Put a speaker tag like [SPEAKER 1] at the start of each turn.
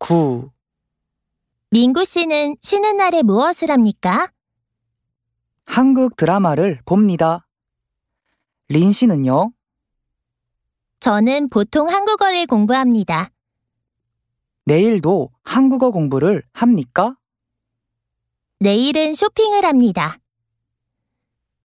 [SPEAKER 1] 구.
[SPEAKER 2] 민구 씨는 쉬는 날에 무엇을 합니까?
[SPEAKER 1] 한국 드라마를 봅니다. 린 씨는요?
[SPEAKER 2] 저는 보통 한국어를 공부합니다.
[SPEAKER 1] 내일도 한국어 공부를 합니까?
[SPEAKER 2] 내일은 쇼핑을 합니다.